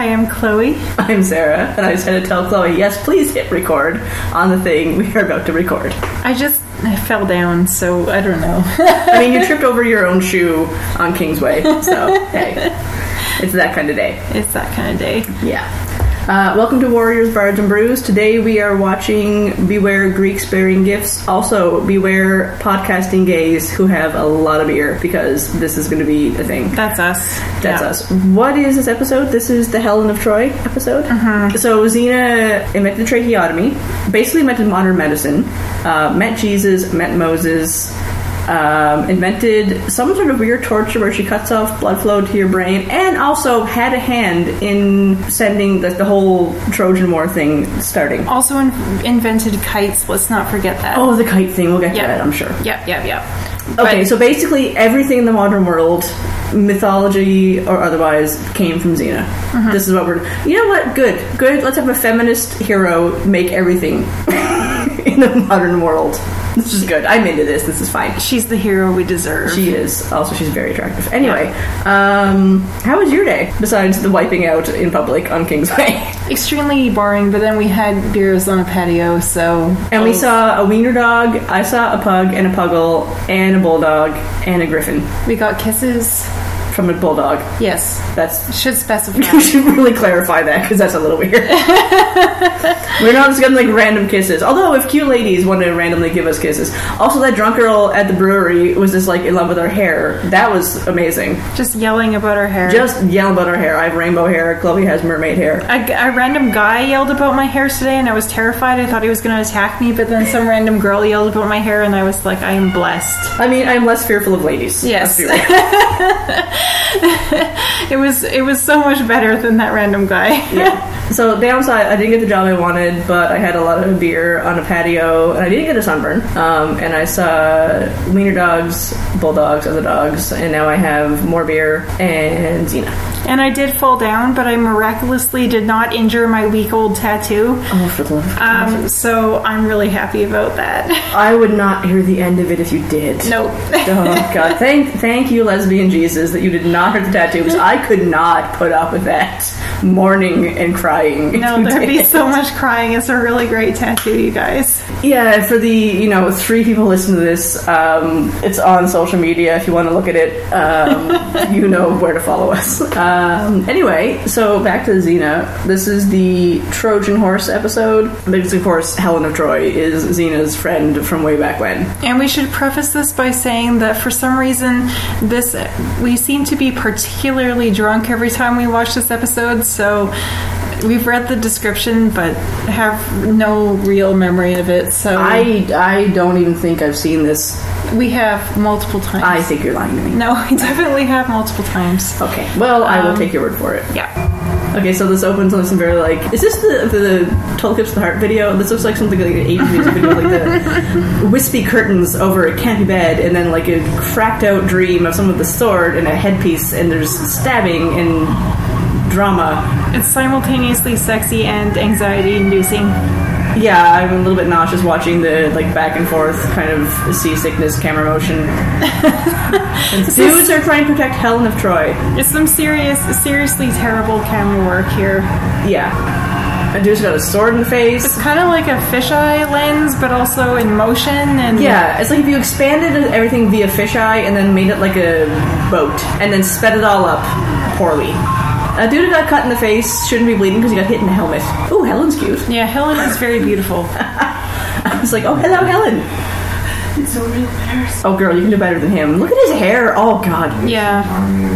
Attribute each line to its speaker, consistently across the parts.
Speaker 1: I am Chloe.
Speaker 2: I'm Sarah, and I was going to tell Chloe, yes, please hit record on the thing we are about to record.
Speaker 1: I just I fell down, so I don't know.
Speaker 2: I mean, you tripped over your own shoe on Kingsway, so hey, it's that kind of day.
Speaker 1: It's that kind of day.
Speaker 2: Yeah. Uh, welcome to Warriors, Bards, and Brews. Today we are watching Beware Greeks Bearing Gifts. Also, beware podcasting gays who have a lot of beer because this is going to be a thing.
Speaker 1: That's us.
Speaker 2: That's
Speaker 1: Yeah.
Speaker 2: us. What is this episode? This is the Helen of Troy episode. So Xena invented tracheotomy, basically invented modern medicine, uh, met Jesus, met Moses, um, invented some sort of weird torture where she cuts off blood flow to your brain, and also had a hand in sending the, the whole Trojan War thing starting.
Speaker 1: Also in- invented kites. Let's not forget that.
Speaker 2: Oh, the kite thing. We'll get
Speaker 1: Yeah.
Speaker 2: to that, I'm sure.
Speaker 1: Yep, yep, yep.
Speaker 2: Okay,
Speaker 1: But-
Speaker 2: so basically everything in the modern world, mythology or otherwise, came from Xena. This is what we're. You know what? Good, good. Let's have a feminist hero make everything in the modern world. This is good. I'm into this. This is fine.
Speaker 1: she's the hero we deserve.
Speaker 2: She is also she's very attractive. Anyway, um, how was your day besides the wiping out in public on Kingsway?
Speaker 1: Extremely boring, but then we had beers on a patio, so Oh.
Speaker 2: And we saw a wiener dog. I saw a pug and a puggle and a bulldog and a griffin
Speaker 1: we got kisses.
Speaker 2: from a bulldog.
Speaker 1: Yes,
Speaker 2: That's
Speaker 1: should specify.
Speaker 2: You should really clarify that because that's a little weird. We're not just getting like random kisses. Although, if cute ladies want to randomly give us kisses, also that drunk girl at the brewery was just like in love with her hair. That was amazing.
Speaker 1: Just yelling about her hair.
Speaker 2: Just yell about her hair. I have rainbow hair. Chloe has mermaid hair.
Speaker 1: A, a random guy yelled about my hair today, and I was terrified. I thought he was going to attack me, but then some random girl yelled about my hair, and I was like, I am blessed.
Speaker 2: I mean, I'm less fearful of ladies.
Speaker 1: Yes.
Speaker 2: Let's be real.
Speaker 1: It was it was so much better than that random guy.
Speaker 2: Yeah. So downside, I didn't get the job I wanted, but I had a lot of beer on a patio, and I didn't get a sunburn. Um, and I saw wiener dogs, bulldogs, other dogs, and now I have more beer and Xena.
Speaker 1: And I did fall down, but I miraculously did not injure my week old tattoo.
Speaker 2: Oh, for the love of God.
Speaker 1: Um, so I'm really happy about that.
Speaker 2: I would not hear the end of it if you did.
Speaker 1: Nope.
Speaker 2: Oh God! Thank, thank you, lesbian Jesus, that you did not hurt the tattoo because I could not put up with that mourning and crying. if
Speaker 1: No,
Speaker 2: you
Speaker 1: there'd be
Speaker 2: did.
Speaker 1: so much crying. It's a really great tattoo, you guys.
Speaker 2: Yeah, for the you know three people listening to this, um, it's on social media. If you want to look at it, um, you know where to follow us. Um, anyway, so back to Xena. This is the Trojan horse episode because, of course, Helen of Troy is Xena's friend from way back when.
Speaker 1: And we should preface this by saying that for some reason, this we seem to be particularly drunk every time we watch this episode. So we've read the description, but have no real memory of it. So
Speaker 2: I I don't even think I've seen this.
Speaker 1: we have multiple times.
Speaker 2: I think you're lying to me.
Speaker 1: No, we definitely have multiple times.
Speaker 2: Okay, well I will take your word for it.
Speaker 1: Yeah.
Speaker 2: Okay, so this opens on some very like is this the the Tolkips the Heart video? This looks like something like an 80s music video, like the wispy curtains over a campy bed, and then like a cracked out dream of someone with a sword and a headpiece, and there's stabbing and drama.
Speaker 1: It's simultaneously sexy and anxiety inducing.
Speaker 2: Yeah, I'm a little bit nauseous watching the like back and forth kind of seasickness camera motion. And dudes are trying to protect Helen of Troy.
Speaker 1: It's some serious, seriously terrible camera work here.
Speaker 2: Yeah. A dude's got a sword in the face.
Speaker 1: It's kind of like a fisheye lens, but also in motion and
Speaker 2: Yeah, it's like if you expanded everything via fisheye and then made it like a boat and then sped it all up poorly. A dude who got cut in the face shouldn't be bleeding because he got hit in the helmet. Oh, Helen's cute.
Speaker 1: Yeah, Helen is very beautiful.
Speaker 2: It's like, oh, hello, Helen.
Speaker 3: It's a real embarrassing.
Speaker 2: Oh, girl, you can do better than him. Look at his hair. Oh, God.
Speaker 1: Yeah.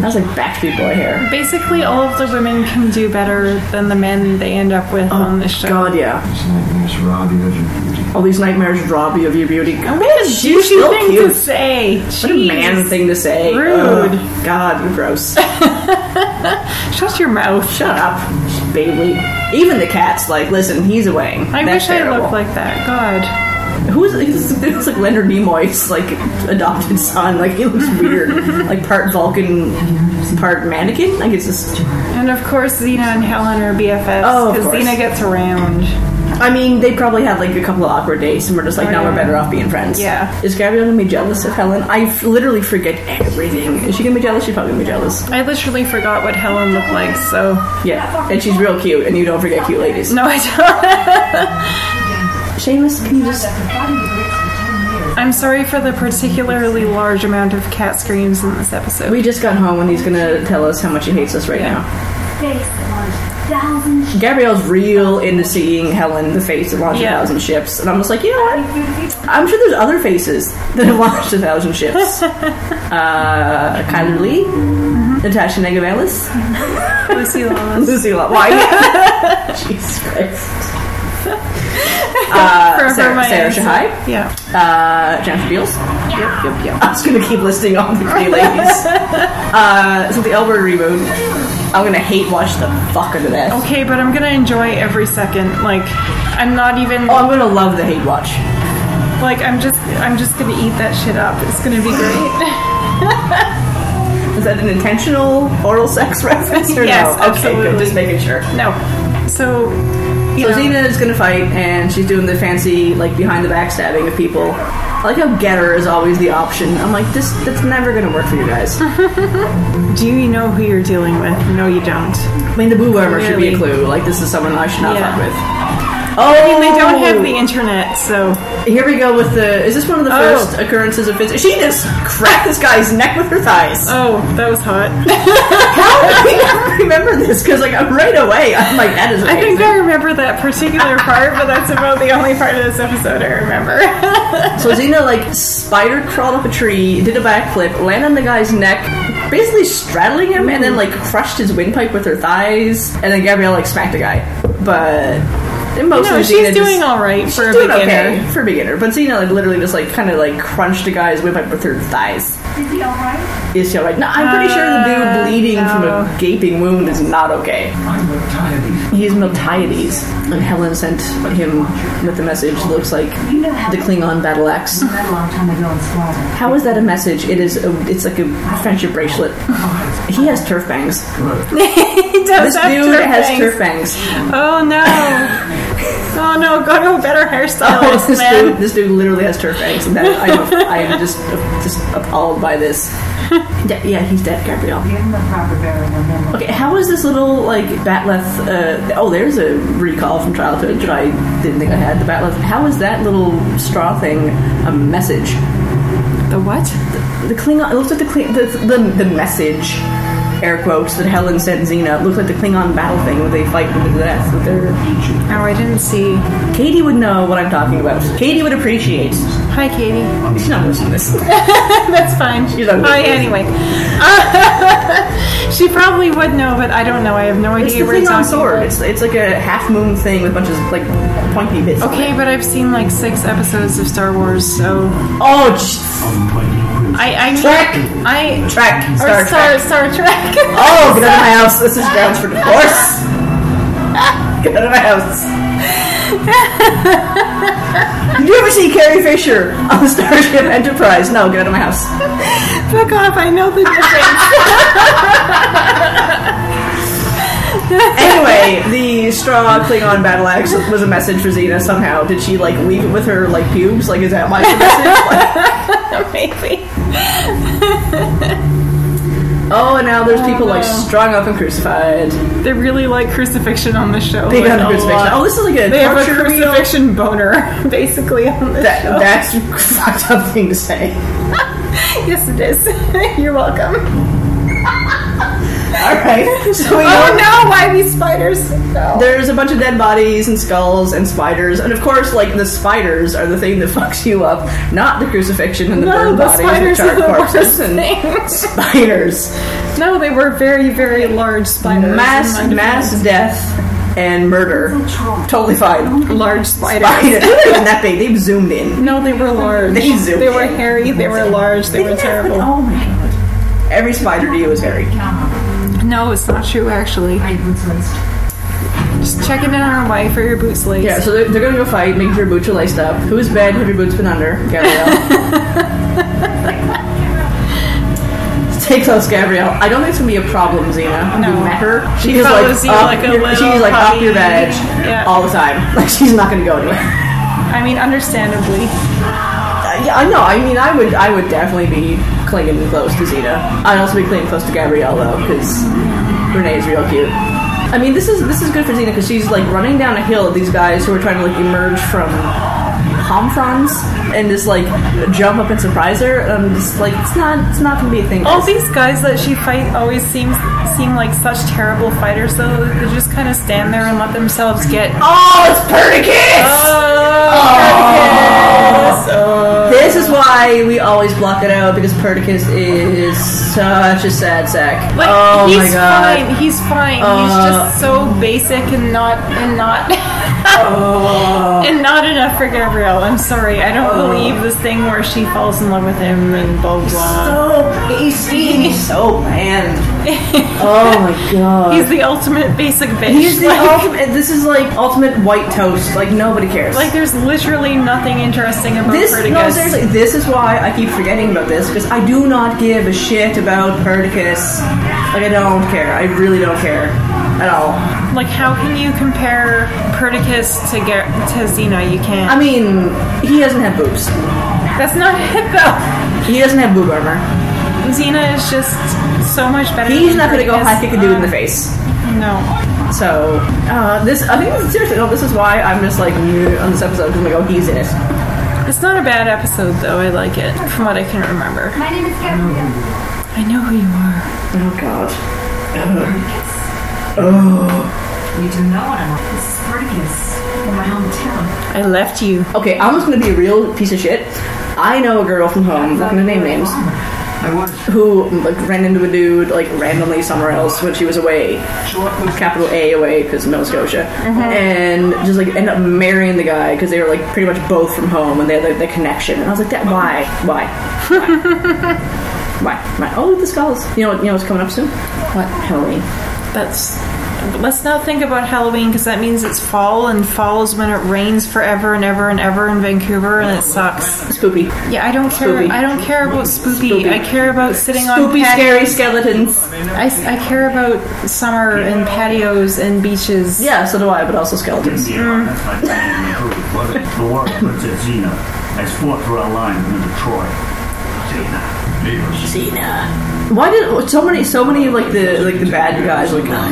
Speaker 2: That's like Backstreet Boy hair.
Speaker 1: Basically, all of the women can do better than the men they end up with on this show.
Speaker 2: Oh God, yeah.
Speaker 3: It's like Miss Robbie of your beauty.
Speaker 2: All these nightmares rob you of your beauty. Oh, man, she's
Speaker 1: Douchey
Speaker 2: still
Speaker 1: thing
Speaker 2: cute.
Speaker 1: to say.
Speaker 2: What a man
Speaker 1: Jeez.
Speaker 2: thing to say.
Speaker 1: Rude.
Speaker 2: Ugh, God, you're gross.
Speaker 1: Shut your mouth.
Speaker 2: Shut up, Bailey. Even the cat's like, listen, he's a wang.
Speaker 1: I
Speaker 2: That's
Speaker 1: wish I
Speaker 2: terrible.
Speaker 1: looked like that. God.
Speaker 2: Who is this? It's like Leonard Nimoy's like adopted son. Like he looks weird, like part Vulcan, part mannequin. Like it's just
Speaker 1: And of course, Xena and Helen are BFFs
Speaker 2: Oh, of
Speaker 1: because
Speaker 2: course.
Speaker 1: Xena gets around.
Speaker 2: I mean, they probably had like a couple of awkward days, and we're just like, now we're better off being friends.
Speaker 1: Oh, Yeah.
Speaker 2: Is Gabrielle gonna be jealous of Helen? I f- literally forget everything. Is she gonna be jealous? She's probably gonna be jealous.
Speaker 1: I literally forgot what Helen looked like, so
Speaker 2: Yeah. And she's real cute, and you don't forget cute ladies.
Speaker 1: no, I don't.
Speaker 2: Seamus, can you just?
Speaker 1: I'm sorry for the particularly large amount of cat screams in this episode.
Speaker 2: We just got home, and he's gonna tell us how much he hates us right
Speaker 1: Yeah.
Speaker 2: now.
Speaker 4: Face on thousand
Speaker 2: Gabrielle's real into seeing Helen, the face that launched
Speaker 1: Yeah.
Speaker 2: a thousand ships, and I'm just like, you know what?
Speaker 4: shit.
Speaker 2: I'm sure there's other faces that have launched a thousand ships. uh, Kyler Lee,
Speaker 1: Mm-hmm.
Speaker 2: Natasha Negavalis,
Speaker 1: Lucy Lawless.
Speaker 2: Lucy Lo- Why? Jesus Christ.
Speaker 1: Forever
Speaker 2: Sarah,
Speaker 1: my
Speaker 2: Sarah
Speaker 1: answer.
Speaker 2: Shahai,
Speaker 1: Yeah.
Speaker 2: uh, Jennifer Beals. Yep, yep, yep. I'm just gonna keep listing all the great ladies. uh, so the Elbert reboot. I'm gonna hate watch the fuck out of that.
Speaker 1: Okay, but I'm gonna enjoy every second. Like, I'm not even
Speaker 2: Oh, I'm gonna love the hate watch.
Speaker 1: like I'm just I'm just gonna eat that shit up. It's gonna be great.
Speaker 2: Is that an intentional oral sex reference or
Speaker 1: Yes,
Speaker 2: no? Okay, good.
Speaker 1: absolutely.
Speaker 2: Just making sure.
Speaker 1: No, so you
Speaker 2: So
Speaker 1: know,
Speaker 2: Xena is gonna fight, and she's doing the fancy, like, behind the back stabbing of people. I like how getter is always the option. I'm like, this that's never gonna work for you guys. I
Speaker 1: do you know who you're dealing with? No, you don't.
Speaker 2: mean, the boo armor should be a
Speaker 1: Really?
Speaker 2: clue. Like, this is someone I should not
Speaker 1: Yeah.
Speaker 2: fuck with. Oh, I mean,
Speaker 1: They don't have the internet, so
Speaker 2: Here we go with the. Is this one of the
Speaker 1: Oh.
Speaker 2: first occurrences of Fitz? She just cracked this guy's neck with her thighs.
Speaker 1: oh, that was hot.
Speaker 2: How did I remember this? Because like right away, I'm like, that is.
Speaker 1: I think
Speaker 2: amazing.
Speaker 1: I remember that particular part, but that's about the only part of this episode I remember.
Speaker 2: So Xena like spider crawled up a tree, did a backflip, landed on the guy's neck, basically straddling him, and then like crushed his windpipe with her thighs, and then Gabrielle like smacked the guy. But and mostly
Speaker 1: no,
Speaker 2: Xena
Speaker 1: she's
Speaker 2: just-
Speaker 1: doing all right for a
Speaker 2: doing
Speaker 1: beginner.
Speaker 2: okay for a beginner. But Xena like literally just like kind of like crunched a guy's windpipe with her thighs.
Speaker 4: Is he alright?
Speaker 2: Is she alright? No, I'm pretty sure the dude bleeding from a
Speaker 1: Uh, no.
Speaker 2: gaping wound is not okay.
Speaker 3: I'm not tired of these.
Speaker 2: He's Miltiades, and Helen sent him with the message. Looks like
Speaker 4: You know how
Speaker 2: the Klingon battle axe.
Speaker 4: met a long time ago in Swatter.
Speaker 2: How is that a message? It is. A, it's like a friendship bracelet. He has turf bangs.
Speaker 1: he does
Speaker 2: This
Speaker 1: have
Speaker 2: dude
Speaker 1: turf
Speaker 2: has
Speaker 1: bangs.
Speaker 2: turf bangs.
Speaker 1: Oh no! oh no! Go to a better hairstylist,
Speaker 2: Oh, this
Speaker 1: Oh, man.
Speaker 2: dude, this dude literally has turf bangs, and that, I, don't- I am just just appalled by this. Yeah, yeah, he's dead, Gabrielle.
Speaker 4: Give him the proper burial and then we'll
Speaker 2: Okay, how is this little like batleth? Uh, oh, there's a recall from childhood that I didn't think I had. The batleth. How is that little straw thing a message?
Speaker 1: The what?
Speaker 2: The Klingon. It looks like the Kling, the, the the message, air quotes, that Helen sent Xena. It looks like the Klingon battle thing where they fight to the death. With their
Speaker 1: Oh, I didn't see.
Speaker 2: Katie would know what I'm talking about. Katie would appreciate.
Speaker 1: Hi, Katie.
Speaker 2: She's not listening to this.
Speaker 1: That's fine.
Speaker 2: She's on
Speaker 1: Hi,
Speaker 2: vacation.
Speaker 1: anyway. she probably would know, but I don't know. I have no
Speaker 2: It's
Speaker 1: idea
Speaker 2: the
Speaker 1: where it's
Speaker 2: Klingon sword. It's it's like a half moon thing with a bunch of like pointy bits. on
Speaker 1: Okay,
Speaker 2: it.
Speaker 1: but I've seen like six episodes of Star Wars, so
Speaker 2: Oh, j-
Speaker 1: I I mean,
Speaker 2: Trek.
Speaker 1: I
Speaker 2: Trek. Star
Speaker 1: or
Speaker 2: Trek.
Speaker 1: Star Star Trek.
Speaker 2: Oh, get out of my house. This is grounds for divorce. get out of my house. Did you ever see Carrie Fisher on the Starship Enterprise? No, get out of my house.
Speaker 1: Fuck off! I know the difference.
Speaker 2: Anyway, the straw Klingon battle axe was a message for Xena somehow. Did she, like, leave it with her, like, pubes? Like, is that my message?
Speaker 1: Maybe.
Speaker 2: Like, oh, and now there's people, like, strung up and crucified.
Speaker 1: They really like crucifixion on the show.
Speaker 2: They got
Speaker 1: like,
Speaker 2: a
Speaker 1: a
Speaker 2: crucifixion.
Speaker 1: lot.
Speaker 2: Oh, this is like a
Speaker 1: They have a
Speaker 2: torture reel.
Speaker 1: crucifixion boner, basically, on the
Speaker 2: That,
Speaker 1: show.
Speaker 2: that's a fucked up thing to say.
Speaker 1: yes, it is. You're welcome.
Speaker 2: Alright, so we know-
Speaker 1: Oh no! Why these spiders? No.
Speaker 2: There's a bunch of dead bodies and skulls and spiders, and of course, like the spiders are the thing that fucks you up, not the crucifixion and the
Speaker 1: No,
Speaker 2: burned
Speaker 1: the
Speaker 2: bodies
Speaker 1: spiders
Speaker 2: and
Speaker 1: are
Speaker 2: charred
Speaker 1: the
Speaker 2: corpses
Speaker 1: worst
Speaker 2: and
Speaker 1: things.
Speaker 2: spiders.
Speaker 1: No, they were very, very large spiders.
Speaker 2: Mass
Speaker 1: In my
Speaker 2: mass death and murder. Totally fine.
Speaker 1: defense. large Oh, spiders.
Speaker 2: Spiders. They weren't even that big. They've zoomed in.
Speaker 1: No, they were large.
Speaker 2: They zoomed
Speaker 1: They were
Speaker 2: in.
Speaker 1: hairy. They were large. They were terrible.
Speaker 2: Oh my god. Every spider to you is hairy.
Speaker 1: No, it's not true. Actually,
Speaker 4: I would waste.
Speaker 1: just checking in on our wife for your boots lace.
Speaker 2: Yeah, so they're, they're gonna go fight, make sure your boots are laced up. Whose bed have your boots been under? Gabrielle. takes out Scabriel. I don't think it's gonna be a problem, Xena.
Speaker 1: No.
Speaker 2: You met her. She is like,
Speaker 1: follows you
Speaker 2: up
Speaker 1: like a
Speaker 2: your-
Speaker 1: little
Speaker 2: she's like up your
Speaker 1: puppy.
Speaker 2: veg
Speaker 1: Yeah.
Speaker 2: all the time. Like she's not gonna go anywhere.
Speaker 1: I mean, understandably.
Speaker 2: Uh, yeah, I know. I mean, I would, I would definitely be clinging close to Xena. I'd also be clinging close to Gabrielle though, because Renee is real cute. I mean, this is this is good for Xena because she's like running down a hill at these guys who are trying to like emerge from palm fronds and just like jump up and surprise her. And I'm just like, it's not, it's not gonna be a thing.
Speaker 1: All these guys that she fight always seem seem like such terrible fighters, so they just kind of stand there and let themselves get.
Speaker 2: Oh, it's Perdiccas!
Speaker 1: oh.
Speaker 2: Perdiccas! This is why we always block it out because Perdiccas is such a sad sack.
Speaker 1: Like,
Speaker 2: oh
Speaker 1: he's
Speaker 2: my god. Uh.
Speaker 1: fine. He's fine. he's just so basic and not and not and not enough for Gabrielle. I'm sorry. I don't
Speaker 2: Oh.
Speaker 1: believe this thing where she falls in love with him and blah blah.
Speaker 2: So pasty and he's so bland. oh my god.
Speaker 1: He's the ultimate basic bitch.
Speaker 2: He's the
Speaker 1: like,
Speaker 2: ultimate. This is like ultimate white toast. Like nobody cares.
Speaker 1: like, there's literally nothing interesting about
Speaker 2: This
Speaker 1: Perdiccas.
Speaker 2: no, seriously. This is why I keep forgetting about this because I do not give a shit about Perdiccas. Like I don't care. I really don't care at all.
Speaker 1: Like, how can you compare Perdiccas to Ger- to Xena? You can't.
Speaker 2: I mean, he doesn't have boobs.
Speaker 1: That's not it though.
Speaker 2: He doesn't have boob armor.
Speaker 1: Xena is just so much better.
Speaker 2: He's
Speaker 1: than
Speaker 2: not gonna go
Speaker 1: Perdiccas.
Speaker 2: high kick a dude in the face.
Speaker 1: No.
Speaker 2: So uh, this, I think, seriously, no. This is why I'm just like meh on this episode. 'cause I'm like, oh, he's in it.
Speaker 1: It's not a bad episode though. I like it from what I can remember.
Speaker 4: My name is Gabrielle.
Speaker 1: I know who you are.
Speaker 2: Oh God.
Speaker 4: You do know what I'm like. This is Perdiccas in my hometown.
Speaker 1: I left you.
Speaker 2: Okay, I'm just gonna be a real piece of shit. I know a girl from home. I'm not gonna name names.
Speaker 3: I was
Speaker 2: Who like ran into a dude like randomly somewhere else when she was away, capital A away because Nova Scotia, and just like ended up marrying the guy because they were like pretty much both from home and they had like, the connection. And I was like, that why, why, why, why? Oh, this calls. You know, what- you know what's coming up soon? What Halloween?
Speaker 1: That's. Let's not think about Halloween because that means it's fall, and fall is when it rains forever and ever and ever in Vancouver, and it sucks.
Speaker 2: Spoopy,
Speaker 1: Yeah, I don't care.
Speaker 2: Spoopy.
Speaker 1: I don't care about spooky. I care about sitting on
Speaker 2: spoopy,
Speaker 1: patio-
Speaker 2: scary skeletons.
Speaker 1: I, I care about summer and patios and beaches.
Speaker 2: Yeah, so do I, but also skeletons.
Speaker 5: The war Princess Xena has fought for our line under Troy. Xena.
Speaker 2: Why did so many so many like the like the bad guys like oh,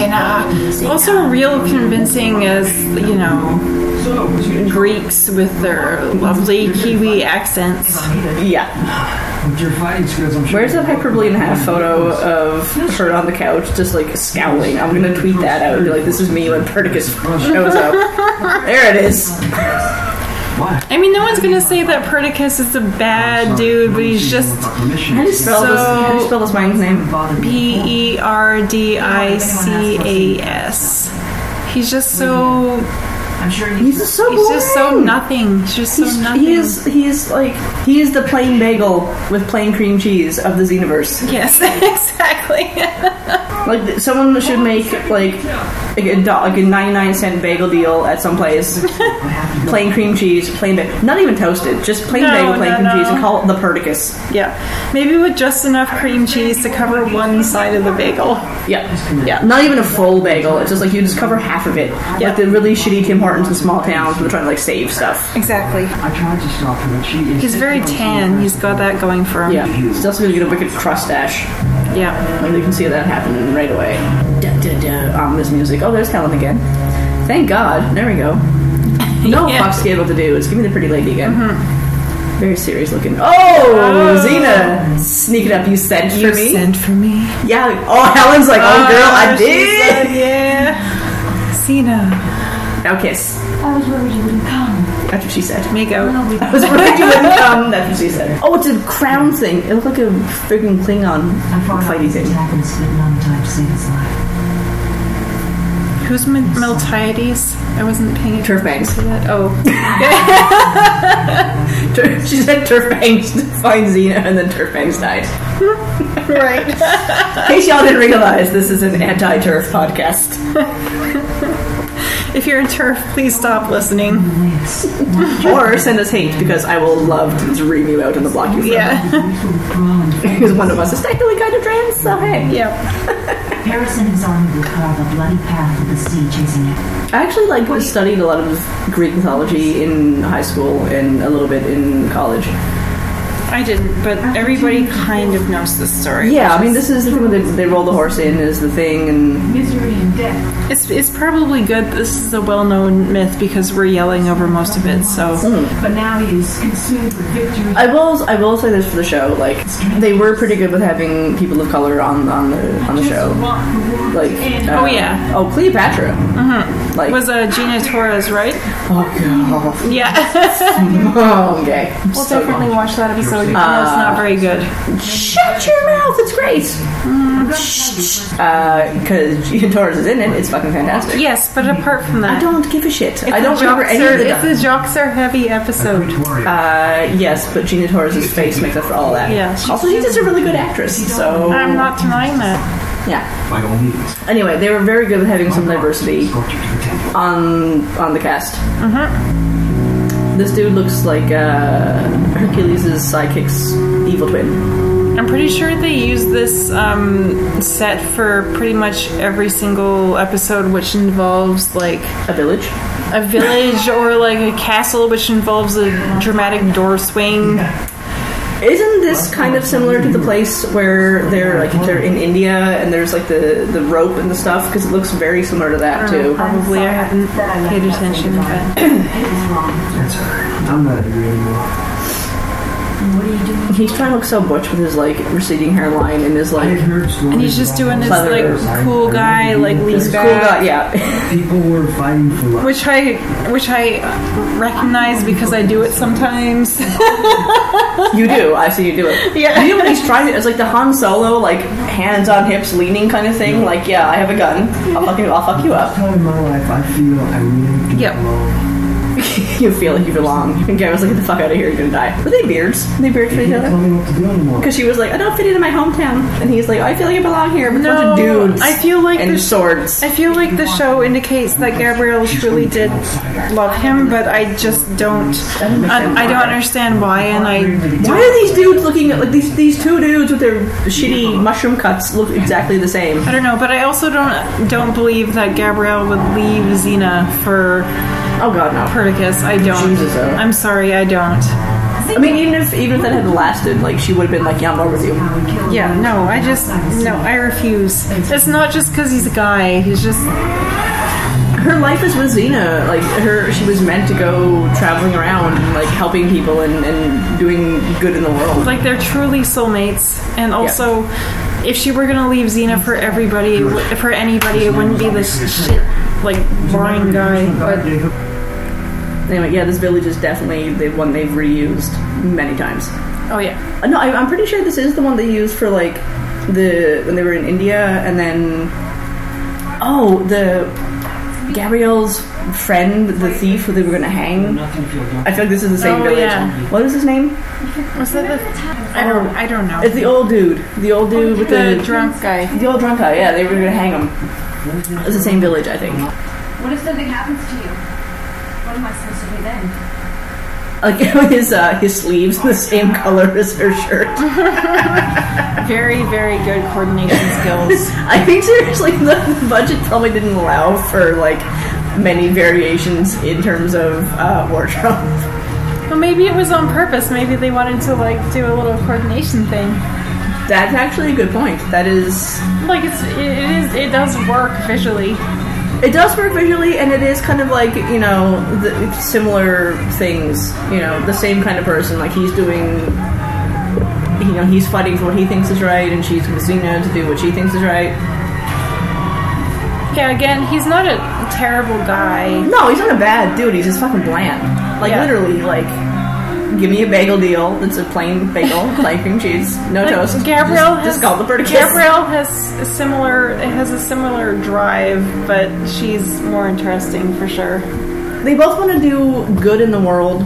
Speaker 1: And, uh, also, real convincing as you know Greeks with their lovely Kiwi accents.
Speaker 2: yeah.
Speaker 3: your fighting skills. I'm sure.
Speaker 2: Where's that hyperbole and a half photo of her on the couch just like scowling? I'm gonna tweet that out and be like, this is me when Perdiccas shows up. there it is.
Speaker 1: I mean, no one's gonna say that Perdiccas is a bad dude, but he's just
Speaker 2: How do you spell this? How do you spell this man's name?
Speaker 1: P E R D I C A S. He's just so
Speaker 4: I'm sure you
Speaker 2: He's just so
Speaker 1: he's just so
Speaker 2: boring.
Speaker 1: nothing. He's just so
Speaker 2: He's,
Speaker 1: nothing.
Speaker 2: he is he is like he is the plain bagel with plain cream cheese of the Xenoverse.
Speaker 1: Yes, exactly.
Speaker 2: Like th- someone should make like like a, do- like a 99 cent bagel deal at some place. plain cream cheese, plain bagel, not even toasted, just plain
Speaker 1: No,
Speaker 2: bagel, plain
Speaker 1: no,
Speaker 2: cream
Speaker 1: no.
Speaker 2: cheese, and call it the Perdiccas.
Speaker 1: yeah, maybe with just enough cream cheese to cover one side of the bagel.
Speaker 2: Yeah, yeah. Not even a full bagel. It's just like you just cover half of it.
Speaker 1: Yeah.
Speaker 2: Like the really shitty Tim Hortons in small towns who are trying to like save stuff.
Speaker 1: Exactly.
Speaker 3: I tried to stop her, but she is.
Speaker 1: He's very tan. He's got that going for him.
Speaker 2: Yeah. It's also gonna get a wicked crustache.
Speaker 1: Yeah.
Speaker 2: Like you can see that happening right away. Da, da, da. Ominous music. Oh, there's Helen again. Thank God. There we go. No
Speaker 1: Yeah.
Speaker 2: fucks gave what to do. It's give me the pretty lady again. Very serious looking. Oh, Xena, sneak it up. You sent for me.
Speaker 1: sent for me.
Speaker 2: yeah. Oh, Helen's like, oh, girl, I
Speaker 1: she
Speaker 2: did.
Speaker 1: said, yeah. Cena,
Speaker 2: Now kiss.
Speaker 4: I was worried you wouldn't come.
Speaker 2: That's what she said.
Speaker 1: make out.
Speaker 2: I was worried you wouldn't come. That's what she said. Oh, it's a crown thing. It looked like a freaking Klingon
Speaker 4: I found out
Speaker 2: fighty
Speaker 4: this
Speaker 2: thing.
Speaker 4: attack and split long time to save his life.
Speaker 1: Who's Mel- Miltiades? I wasn't paying attention
Speaker 2: Turf bangs.
Speaker 1: to that. Oh.
Speaker 2: Tur- She said turf bangs to find Xena, and then turf bangs died.
Speaker 1: Right.
Speaker 2: In case y'all didn't realize, this is an anti-turf podcast.
Speaker 1: If you're in turf, please stop listening.
Speaker 2: Mm-hmm.
Speaker 4: Liz, why did you
Speaker 2: Or send us hate because I will love to just ream you out and the block you. from.
Speaker 1: Yeah.
Speaker 4: lethal brawl and fight?
Speaker 2: Because one of us is technically kind of trans, so hey.
Speaker 1: Yep.
Speaker 4: Harrison and his army would carve a bloody path to the sea chasing it.
Speaker 2: I actually like studied a lot of Greek mythology in high school and a little bit in college.
Speaker 1: I didn't, but everybody kind of knows this story.
Speaker 2: Yeah, I mean this is the thing where they, they roll the horse in is the thing and
Speaker 4: Misery and death.
Speaker 1: It's, it's probably good that this is a well known myth because we're yelling over most of it, so.
Speaker 4: But now he is consumed with victory.
Speaker 2: I will I will say this for the show like they were pretty good with having people of color on on the on the show. Like uh,
Speaker 1: Oh, yeah.
Speaker 2: oh Cleopatra. Mm-hmm. Like
Speaker 1: Was uh, Gina Torres, right?
Speaker 2: oh god
Speaker 1: Yeah.
Speaker 2: oh okay.
Speaker 1: we'll definitely watch that episode. even though it's not very good.
Speaker 2: Shut your mouth! It's great. Because Gina Torres is in it. It's fucking fantastic.
Speaker 1: Yes, but apart from
Speaker 2: I
Speaker 1: that,
Speaker 2: don't give a shit. I
Speaker 1: it's
Speaker 2: don't
Speaker 1: a
Speaker 2: remember any of
Speaker 1: jokester-
Speaker 2: the
Speaker 1: It's a jokes are heavy episode.
Speaker 5: Victoria.
Speaker 2: Uh, yes, but Gina Torres' face makes up for all that.
Speaker 1: Yeah.
Speaker 2: Also, she's just a really good actress, so
Speaker 1: I'm not denying that.
Speaker 2: yeah.
Speaker 5: by all means.
Speaker 2: Anyway, they were very good with having some diversity
Speaker 5: Escort you to the temple.
Speaker 2: on on the cast.
Speaker 1: Mm-hmm.
Speaker 2: This dude looks like uh, Hercules' sidekick's evil twin.
Speaker 1: I'm pretty sure they use this um, set for pretty much every single episode, which involves like
Speaker 2: A village.
Speaker 1: a village or like a castle, which involves a dramatic door swing.
Speaker 2: Isn't this kind of similar to the place where they're like they're in India and there's like the the rope and the stuff? Because it looks very similar to that too.
Speaker 1: Uh, Probably I haven't paid attention, but
Speaker 4: It was wrong.
Speaker 3: That's alright. I'm not angry anymore.
Speaker 4: What are you doing?
Speaker 2: He's trying to look so butch with his like receding hairline and his
Speaker 3: I had
Speaker 2: like
Speaker 3: heard stories.
Speaker 1: and he's just
Speaker 3: about
Speaker 1: doing this
Speaker 2: Pleather is
Speaker 1: like cool guy like lean
Speaker 2: cool
Speaker 1: back,
Speaker 2: guy. Yeah.
Speaker 3: People were fighting for life.
Speaker 1: which I which I recognize because I do it sometimes.
Speaker 2: You do. I see you do it.
Speaker 1: Yeah.
Speaker 2: You know when he's trying to. It's like the Han Solo, like hands on hips, leaning kind of thing. Like, yeah, I have a gun. I'll fuck you. I'll fuck you up.
Speaker 3: time in my life, I feel I really do
Speaker 1: Yep.
Speaker 3: belong.
Speaker 2: you feel like you belong. And Gary was like, "Get the fuck out of here. You're gonna die." Were they beards? Were they beards for each
Speaker 3: You can't tell
Speaker 2: other?
Speaker 3: me what to do anymore.
Speaker 2: Because she was like, "I don't fit into my hometown," and he's like, "I feel like I belong here." With a bunch
Speaker 1: No,
Speaker 2: of dudes.
Speaker 1: I feel like
Speaker 2: and
Speaker 1: this-
Speaker 2: swords.
Speaker 1: I feel like the show indicates that Gabrielle truly did love him, but I just don't. I, I don't understand why, and I
Speaker 2: Why are these dudes looking at like these these two dudes with their shitty mushroom cuts look exactly the same?
Speaker 1: I don't know. But I also don't don't believe that Gabrielle would leave Xena for
Speaker 2: Oh god, no.
Speaker 1: Perdiccas. I don't.
Speaker 2: Jesus, oh.
Speaker 1: I'm sorry, I don't.
Speaker 2: I mean, even if even if that had lasted, like she would have been like, "Yeah, I'm over with you."
Speaker 1: Yeah, no, I just no, I refuse. It's not just because he's a guy. He's just
Speaker 2: her life is with Xena. Like her, she was meant to go traveling around and like helping people and, and doing good in the world.
Speaker 1: like they're truly soulmates, and also. If she were gonna leave Xena for everybody, it would- for anybody, it wouldn't be this shit, like boring guy. But
Speaker 2: Anyway, yeah, this village is definitely the one they've reused many times.
Speaker 1: Oh yeah,
Speaker 2: Uh, No, I, I'm pretty sure this is the one they used for like the when they were in India and then oh the Gabrielle's friend, the thief who they were gonna hang.
Speaker 3: Nothing feel done.
Speaker 2: I feel like this is the same
Speaker 1: Oh,
Speaker 2: village.
Speaker 1: yeah.
Speaker 2: What is his name?
Speaker 1: was that the? I don't. I don't know.
Speaker 2: It's the old dude. The old dude with
Speaker 1: Oh, the,
Speaker 2: the
Speaker 1: drunk guy.
Speaker 2: The old drunk guy, yeah, they were gonna hang him. It's the same village, I think.
Speaker 6: What if something happens to you? What am I supposed to do then?
Speaker 2: Like his uh, his sleeves the same color as her shirt.
Speaker 1: Very, very good coordination skills.
Speaker 2: I think seriously, the budget probably didn't allow for like many variations in terms of uh, wardrobe.
Speaker 1: well, maybe it was on purpose. Maybe they wanted to like do a little coordination thing.
Speaker 2: That's actually a good point. That is,
Speaker 1: Like it's it, it is it does work visually.
Speaker 2: it does work visually, and it is kind of like you know the similar things. You know, the same kind of person. Like he's doing. You know, he's fighting for what he thinks is right, and she's with Xena to do what she thinks is right.
Speaker 1: Yeah, again, he's not a terrible guy.
Speaker 2: No, he's not a bad dude. He's just fucking bland. Like
Speaker 1: Yeah.
Speaker 2: literally, like give me a bagel deal. That's a plain bagel, plain cream cheese, no
Speaker 1: Like,
Speaker 2: toast.
Speaker 1: Gabrielle
Speaker 2: just,
Speaker 1: has
Speaker 2: just call the bird
Speaker 1: Gabrielle has a similar has a similar drive, but she's more interesting for sure.
Speaker 2: They both want to do good in the world,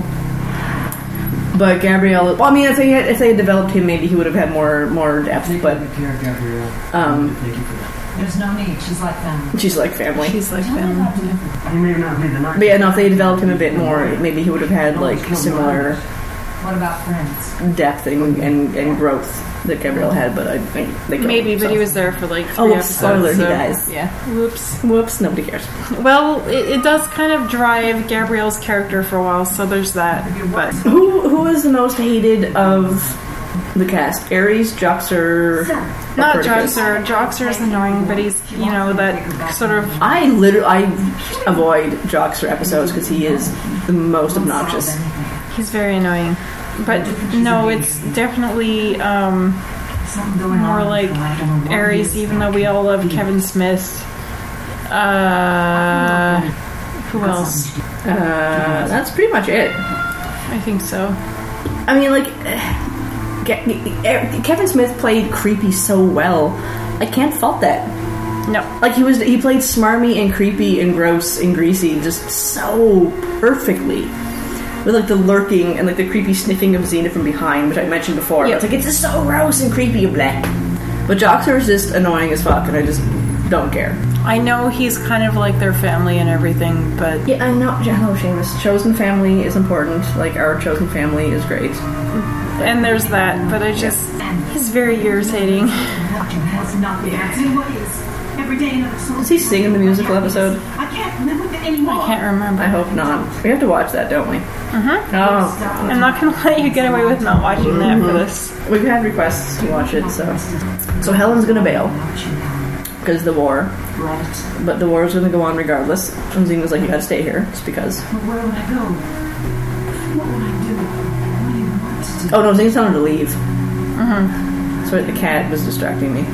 Speaker 2: but Gabrielle. Well, I mean, if they had, if they had developed him, maybe he would have had more more depth. But
Speaker 3: Take good care, Gabrielle.
Speaker 2: um,
Speaker 3: Thank you for that.
Speaker 4: There's no need. She's like them.
Speaker 2: She's like family.
Speaker 1: She's like
Speaker 4: Tell me
Speaker 1: them.
Speaker 4: about Jennifer.
Speaker 5: He may not be the night.
Speaker 2: But yeah, no, if they developed him a bit more, maybe he would have had like similar
Speaker 4: What about friends?
Speaker 2: depth and and, and growth that Gabriel had. But I think they killed
Speaker 1: Maybe,
Speaker 2: him,
Speaker 1: but
Speaker 2: so.
Speaker 1: he was there for like three
Speaker 2: Oh, well,
Speaker 1: episodes.
Speaker 2: spoiler, he
Speaker 1: so-
Speaker 2: dies.
Speaker 1: Yeah. Whoops.
Speaker 2: Whoops! Nobody cares.
Speaker 1: Well, it, it does kind of drive Gabrielle's character for a while, so there's that. But
Speaker 2: Who who is the most hated of the cast? Ares, Joxer, or
Speaker 1: not
Speaker 2: Perdiccas?
Speaker 1: Joxer. Joxer is annoying, but he's you know that sort of
Speaker 2: I literally I avoid Joxer episodes because he is the most obnoxious.
Speaker 1: he's very annoying. But no, it's definitely um,
Speaker 4: Something going
Speaker 1: More
Speaker 4: on.
Speaker 1: like
Speaker 4: I don't know what it
Speaker 1: Aries,
Speaker 4: is.
Speaker 1: even though we all love Kevin Smith. Uh, who else?
Speaker 2: Uh, that's pretty much it.
Speaker 1: I think so.
Speaker 2: I mean, like, eh, Ke- Kevin Smith played creepy so well. I can't fault that.
Speaker 1: No,
Speaker 2: Like he was, he played smarmy and creepy and gross and greasy just so perfectly. With like the lurking and like the creepy sniffing of Xena from behind, which I mentioned before.
Speaker 1: Yeah.
Speaker 2: It's like it's just so gross and creepy and black. But Joxer is just annoying as fuck, and I just don't care.
Speaker 1: I know he's kind of like their family and everything, but
Speaker 2: Yeah, I know. I know, Seamus. Chosen family is important. Like our chosen family is great.
Speaker 1: and there's that. But I just he's very irritating.
Speaker 4: Nothing has
Speaker 6: Not the answer. What is? Every day another song.
Speaker 2: Does he sing in the musical episode?
Speaker 6: I can't live with it anymore.
Speaker 1: I can't remember.
Speaker 2: I hope not. We have to watch that, don't we? Mm-hmm.
Speaker 4: stopped.
Speaker 1: I'm not gonna let you get away with not watching that for this.
Speaker 2: Oh, we've had requests to watch it, so so Helen's gonna bail because the war,
Speaker 4: Right.
Speaker 2: but the war is gonna go on regardless. And Zine was like, "You gotta stay here, just because."
Speaker 4: But where would I go? What would I do? What do you want to do?
Speaker 2: Oh no, Zine telling her to leave. Mm-hmm. So the cat was distracting me.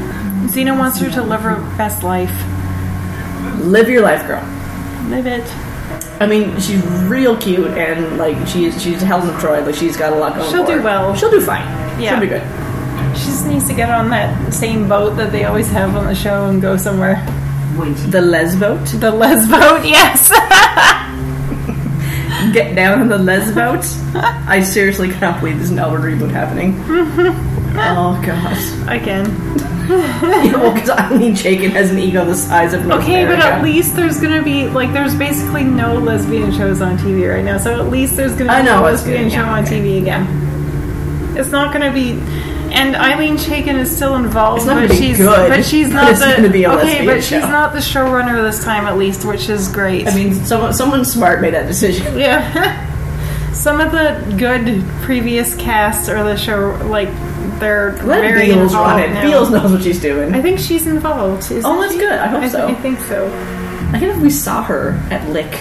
Speaker 1: Xena wants her to live her best life.
Speaker 2: Live your life, girl.
Speaker 1: Live it.
Speaker 2: I mean, she's real cute and like she's she's Helen of Troy. Like she's got a lot going.
Speaker 1: She'll
Speaker 2: for
Speaker 1: do
Speaker 2: her.
Speaker 1: well.
Speaker 2: She'll do fine.
Speaker 1: Yeah.
Speaker 2: She'll be good.
Speaker 1: She just needs to get on that same boat that they always have on the show and go somewhere.
Speaker 4: Wait.
Speaker 2: The les boat.
Speaker 1: The Les boat, yes.
Speaker 2: Get down on the les boat. I seriously cannot believe there's an Albert reboot happening.
Speaker 1: Mm-hmm.
Speaker 2: oh gosh.
Speaker 1: Again.
Speaker 2: well, because I mean, Jacob has an ego the size of North
Speaker 1: Okay, but at
Speaker 2: America.
Speaker 1: least there's gonna be like there's basically no lesbian shows on TV right now, so at least there's gonna be
Speaker 2: I know
Speaker 1: a
Speaker 2: what's
Speaker 1: lesbian
Speaker 2: good,
Speaker 1: show
Speaker 2: yeah,
Speaker 1: on
Speaker 2: okay.
Speaker 1: TV again. It's not gonna be. And Eileen Chaikin is still involved,
Speaker 2: It's not
Speaker 1: but
Speaker 2: gonna be
Speaker 1: she's
Speaker 2: good,
Speaker 1: but she's
Speaker 2: but
Speaker 1: not
Speaker 2: it's
Speaker 1: the
Speaker 2: gonna be a
Speaker 1: okay,
Speaker 2: lesbian
Speaker 1: but
Speaker 2: show.
Speaker 1: she's not the showrunner this time at least, which is great.
Speaker 2: I mean, someone someone smart made that decision.
Speaker 1: Yeah. Some of the good previous casts or the show, like, they're
Speaker 2: Let
Speaker 1: very
Speaker 2: Beals
Speaker 1: involved
Speaker 2: run it.
Speaker 1: now.
Speaker 2: Beals knows what she's doing.
Speaker 1: I think she's involved. Isn't
Speaker 2: Oh, that's
Speaker 1: she?
Speaker 2: good. I hope
Speaker 1: I,
Speaker 2: so.
Speaker 1: I think so.
Speaker 2: I can't if we saw her at Lick.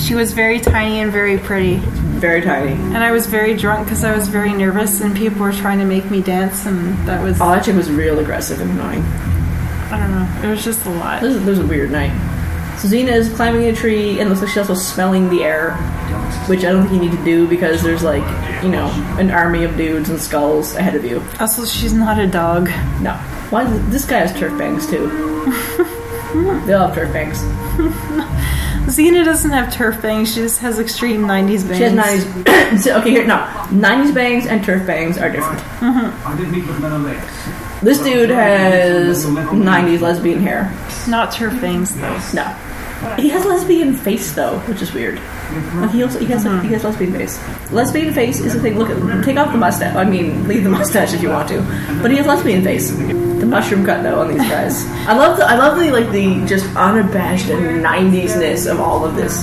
Speaker 1: She was very tiny and very pretty,
Speaker 2: Very tiny.
Speaker 1: and I was very drunk because I was very nervous, and people were trying to make me dance, and that was
Speaker 2: Oh, that chick was real aggressive and annoying.
Speaker 1: I don't know. It was just a lot.
Speaker 2: This is, this is a weird night. So Xena is climbing a tree and looks like she's also smelling the air, which I don't think you need to do because there's like, you know, an army of dudes and skulls ahead of you.
Speaker 1: Also, she's not a dog.
Speaker 2: No. Why does- this guy has turf bangs too? they all have turf bangs.
Speaker 1: Xena doesn't have turf bangs. She just has extreme '90s bangs.
Speaker 2: She has 90s. so, okay, here, no. 90s bangs and turf bangs are different.
Speaker 5: I didn't meet with men on legs.
Speaker 2: This dude has 90s lesbian hair.
Speaker 1: Not turf bangs.
Speaker 2: No. He has lesbian face though, which is weird. Like, he also he has like, he has lesbian face. Lesbian face is the thing. Look at take off the mustache. I mean, leave the mustache if you want to, but he has lesbian face. The mushroom cut though on these guys. I love the I love the like the just unabashed '90s ness of all of this.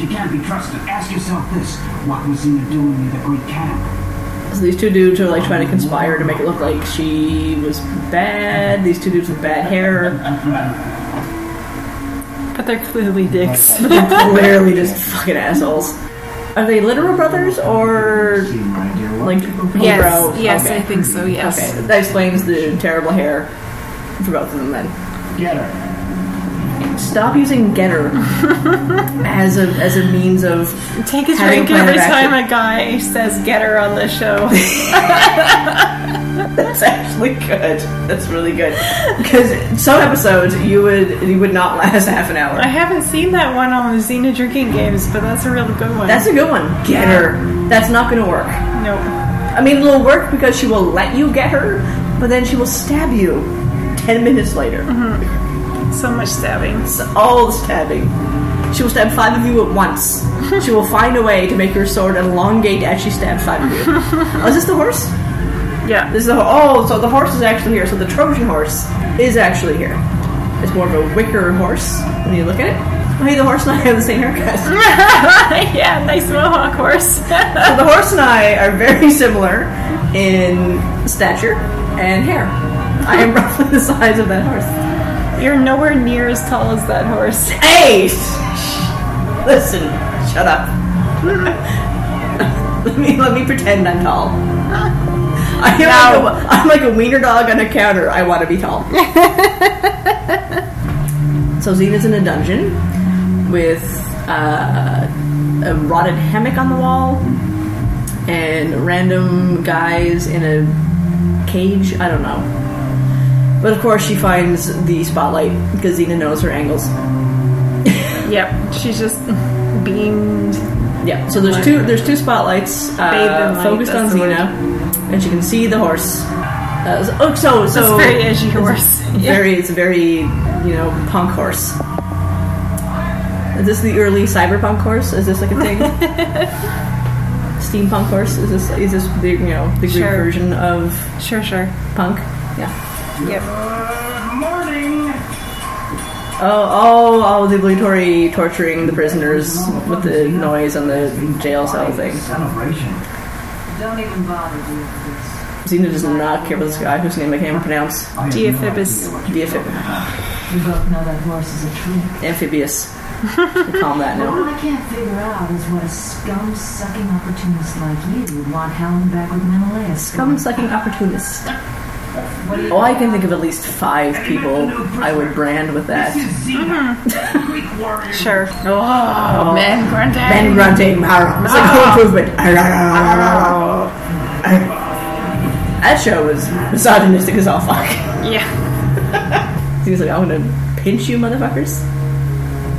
Speaker 5: She can't be trusted. Ask yourself this. What was Xena doing in the Great Camp?
Speaker 2: So these two dudes are like trying to conspire to make it look like she was bad. These two dudes with bad hair,
Speaker 1: But they're clearly dicks.
Speaker 2: clearly just fucking assholes. Are they literal brothers or
Speaker 5: See, my dear, what
Speaker 2: like
Speaker 1: yes,
Speaker 2: homebro?
Speaker 1: yes,
Speaker 2: Okay.
Speaker 1: I think so. Yes.
Speaker 2: Okay, that explains the terrible hair for both of them then.
Speaker 5: Get her.
Speaker 2: Stop using getter as a as a means of
Speaker 1: Take a
Speaker 2: Having
Speaker 1: drink every
Speaker 2: planned action.
Speaker 1: time a guy says "get her" on the show.
Speaker 2: that's actually good. That's really good. Because some episodes you would you would not last half an
Speaker 1: I
Speaker 2: hour.
Speaker 1: haven't seen that one on the Xena drinking games, but that's a really good one.
Speaker 2: That's a good one. Get her. That's not gonna work.
Speaker 1: no.
Speaker 2: I mean it'll work because she will let you get her, but then she will stab you. ten minutes later.
Speaker 1: So much stabbing.
Speaker 2: It's all the stabbing. She will stab five of you at once. she will find a way to make your sword elongate as she stabs five of you. oh, is this the horse?
Speaker 1: Yeah.
Speaker 2: This is the oh, so the horse is actually here. So the Trojan horse is actually here. It's more of a wicker horse when you look at it. Oh, hey, the horse and I have the same haircut.
Speaker 1: yeah, nice mohawk horse.
Speaker 2: So the horse and I are very similar in stature and hair. I am roughly the size of that horse.
Speaker 1: You're nowhere near as tall as that horse.
Speaker 2: Hey! Listen, shut up. let me let me pretend I'm tall. I am
Speaker 1: No.
Speaker 2: like a, I'm like a wiener dog on a counter. I want to be tall. so Xena's in a dungeon with uh, a rotted hammock on the wall and random guys in a cage. I don't know. But of course, she finds the spotlight because Xena knows her angles.
Speaker 1: Yep. She's just beamed.
Speaker 2: Yeah. So there's two there's two spotlights
Speaker 1: Bathe
Speaker 2: uh,
Speaker 1: in light,
Speaker 2: focused on
Speaker 1: that's the word.
Speaker 2: Xena, and she can see the horse. Uh, so- oh, so
Speaker 1: This
Speaker 2: so
Speaker 1: very edgy horse.
Speaker 2: very it's a very you know punk horse. Is this the early cyberpunk horse? Is this like a thing? Steampunk horse? Is this is this the you know the Greek
Speaker 1: Sure.
Speaker 2: version of
Speaker 1: Sure, sure.
Speaker 2: punk? Yeah.
Speaker 1: Yep.
Speaker 5: Uh, Morning!
Speaker 2: Oh, oh, all the obligatory torturing the prisoners with the noise and the jail cell thing.
Speaker 5: Celebration.
Speaker 4: Don't even bother doing this.
Speaker 2: Xena does not care about this guy whose name I can't pronounce.
Speaker 5: I have no
Speaker 1: Deiphobus.
Speaker 5: idea what you're
Speaker 2: Deiphobus.
Speaker 4: We both know that horse is a trick.
Speaker 2: amphibious. we call 'em that
Speaker 4: But
Speaker 2: now.
Speaker 4: what I can't figure out is what a scum-sucking opportunist like you would want Helen back with Menelaus.
Speaker 2: Scum sucking opportunist. Oh, I can think of at least five people I would brand with that.
Speaker 1: Sure. Oh, man, Grundy.
Speaker 2: Ben Grante Mara. It's like home improvement. That show was misogynistic as all fuck.
Speaker 1: Yeah.
Speaker 2: He was like, I'm gonna pinch you motherfuckers.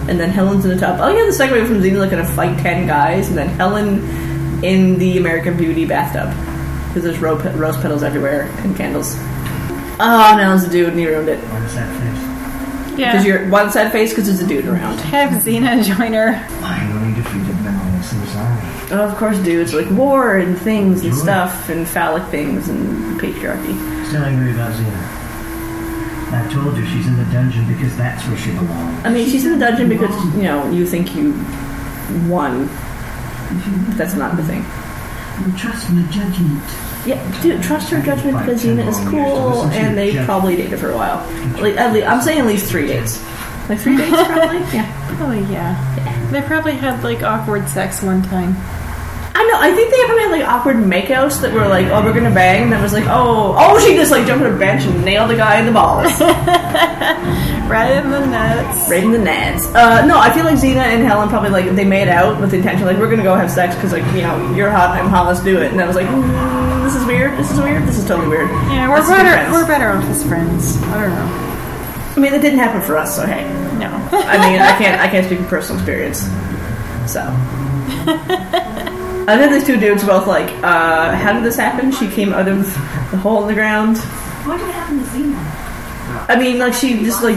Speaker 2: And then Helen's in the top. Oh yeah, the second wave from Xena like gonna fight ten guys, and then Helen in the American Beauty bathtub because there's ro- rose petals everywhere and candles. Oh, now it's a dude, and he ruined it.
Speaker 5: What is that
Speaker 2: Because
Speaker 1: Yeah.
Speaker 2: you're one sad face because there's a dude around.
Speaker 1: Have Xena join her.
Speaker 5: face? Finally defeated Menelaus's army.
Speaker 2: Oh, of course, dudes like war and things and stuff and phallic things and patriarchy.
Speaker 5: Still angry about Xena. I told you she's in the dungeon because that's where she belongs.
Speaker 2: I mean, she's in the dungeon because you know you think you won. That's not the thing.
Speaker 5: You trust in the judgment.
Speaker 2: Yeah, dude, trust her judgment because Xena is cool, and they probably dated for a while. Like, at least, I'm saying at least three dates. Like three dates, probably. Yeah.
Speaker 1: Probably, yeah. They probably had, like, awkward sex one time.
Speaker 2: I know. I think they probably had like awkward makeouts that were like, "Oh, we're gonna bang," and that was like, "Oh, oh, she just like jumped on a bench and nailed a guy in the balls."
Speaker 1: Right in the nuts.
Speaker 2: Raiding the Neds. Uh, no, I feel like Xena and Helen probably like they made out with the intention like we're gonna go have sex because like you know you're hot, I'm hot, let's do it. And I was like, mm, this is weird, this is weird, this is totally weird.
Speaker 1: Yeah, we're
Speaker 2: Let's be
Speaker 1: better,
Speaker 2: friends.
Speaker 1: we're better off as friends. I don't know.
Speaker 2: I mean, it didn't happen for us, so hey.
Speaker 1: No.
Speaker 2: I mean, I can't I can't speak from personal experience, so. I think these two dudes were both like, uh, how did this happen? She came out of the hole in the ground.
Speaker 6: What did happen to Xena?
Speaker 2: I mean, like she just like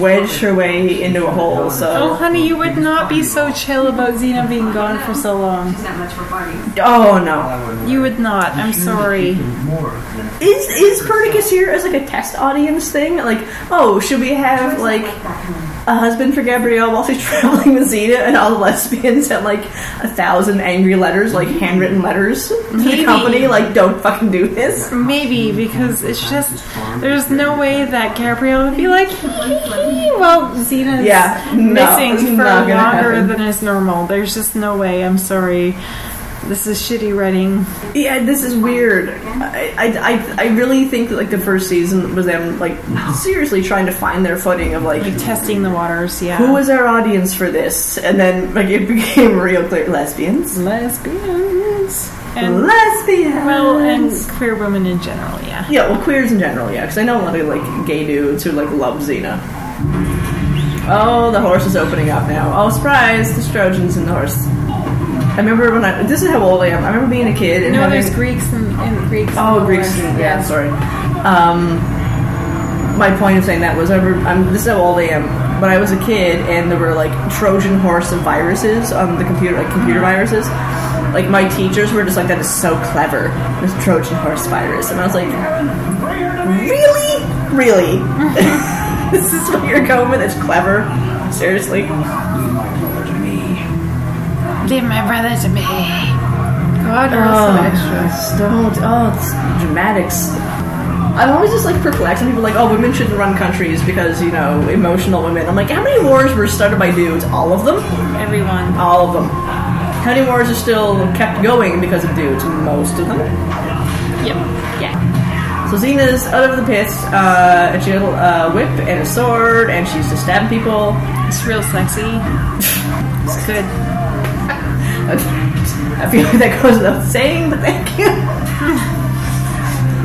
Speaker 2: wedged her way into a hole.
Speaker 1: Oh,
Speaker 2: So,
Speaker 1: honey, you would not be so chill about Xena being gone for so long.
Speaker 6: She's not much for parties.
Speaker 2: oh no.
Speaker 1: You would not. I'm sorry.
Speaker 5: More than
Speaker 2: Is is Perdiccas here as like a test audience thing? Like, oh, should we have like a husband for Gabrielle while she's traveling with Zeta and all the lesbians sent like a thousand angry letters, like handwritten letters to the
Speaker 1: Maybe.
Speaker 2: company, like don't fucking do this.
Speaker 1: Maybe because it's just there's no way that Gabrielle would be like, "Hee, hee, hee." well, Xena's
Speaker 2: Yeah, no, it's
Speaker 1: missing for
Speaker 2: not
Speaker 1: longer
Speaker 2: gonna happen.
Speaker 1: than is normal. There's just no way. I'm sorry. This is shitty writing.
Speaker 2: Yeah, this is weird. I, I, I, I really think that like the first season was them like seriously trying to find their footing of like
Speaker 1: Testing the waters. Yeah.
Speaker 2: who was our audience for this, and then like it became real clear lesbians,
Speaker 1: lesbians and
Speaker 2: lesbians.
Speaker 1: well and queer women in general? Yeah.
Speaker 2: Yeah, well, queers in general, yeah, because I know a lot of like gay dudes who like love Xena. Oh, the horse is opening up now. Oh, surprise! The Trojans and the horse. I remember when I. This is how old I am. I remember being a kid and
Speaker 1: No,
Speaker 2: having.
Speaker 1: there's Greeks and, and Greeks.
Speaker 2: oh,
Speaker 1: and
Speaker 2: Greeks.
Speaker 1: Romans,
Speaker 2: Yeah, sorry. Um, my point of saying that was I re- I'm, this is how old I am, but I was a kid and there were like Trojan horse of viruses on the computer, like computer viruses. Like my teachers were just like, "That is so clever, this Trojan horse virus," and I was like, "Really, really? this is what you're going with? It's clever, seriously."
Speaker 1: Leave my brother to me. God, we're
Speaker 2: Oh,
Speaker 1: so extra.
Speaker 2: Don't. Oh, it's dramatics. I'm always just like perplexed when people are like, oh, women shouldn't run countries because, you know, emotional women. I'm like, how many wars were started by dudes? All of them?
Speaker 1: Everyone.
Speaker 2: All of them. How many wars are still kept going because of dudes? Most of them.
Speaker 1: Yep. Yeah.
Speaker 2: So Xena's out of the pits, uh, and she has a uh, whip and a sword, and she's just stabbing people.
Speaker 1: It's real sexy. It's good.
Speaker 2: I feel like that goes without saying, but thank you.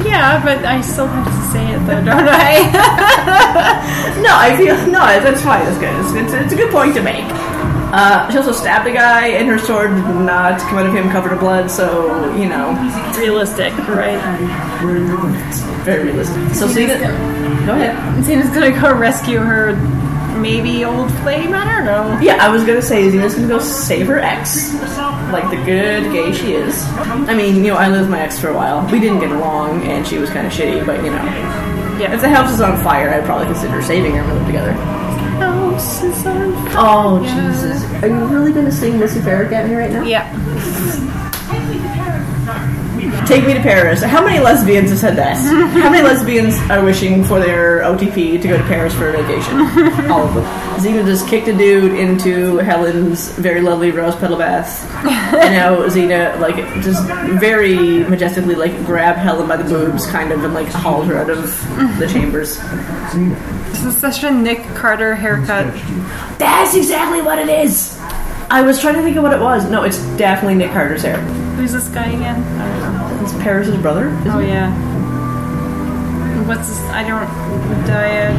Speaker 1: Yeah, but I still have to say it though, don't I?
Speaker 2: No, I feel no. That's fine. That's good. It's, it's, it's a good point to make. Uh, she also stabbed a guy, and her sword did not come out of him covered in blood. So you know,
Speaker 1: it's realistic, right?
Speaker 3: Where are you going?
Speaker 2: very realistic. So see that. Go ahead.
Speaker 1: Xena's gonna go rescue her maybe old flame, I don't know.
Speaker 2: Yeah, I was gonna say Xena's gonna go save her ex, like the good gay she is. I mean, you know, I lived with my ex for a while. We didn't get along, and she was kind of shitty. But you know, if
Speaker 1: Yeah.
Speaker 2: the house is on fire, I'd probably consider saving her. and We live together.
Speaker 1: house is on fire.
Speaker 2: Oh
Speaker 1: Yeah. Jesus.
Speaker 2: Are you really gonna sing Missy Farrick at me right now?
Speaker 1: Yeah.
Speaker 2: Take me to Paris. How many lesbians have said that? How many lesbians are wishing for their OTP to go to Paris for a vacation? All of them. Xena just kicked a dude into Helen's very lovely rose petal bath. And now Xena, like, just very majestically, like, grabbed Helen by the boobs, kind of, and, like, hauled her out of the chambers.
Speaker 1: This is such a Nick Carter haircut.
Speaker 2: That's exactly what it is! I was trying to think of what it was. No, it's definitely Nick Carter's hair.
Speaker 1: Who's this guy again? I don't know.
Speaker 2: It's Paris's brother? isn't
Speaker 1: Oh
Speaker 2: it?
Speaker 1: yeah. What's this? I don't diet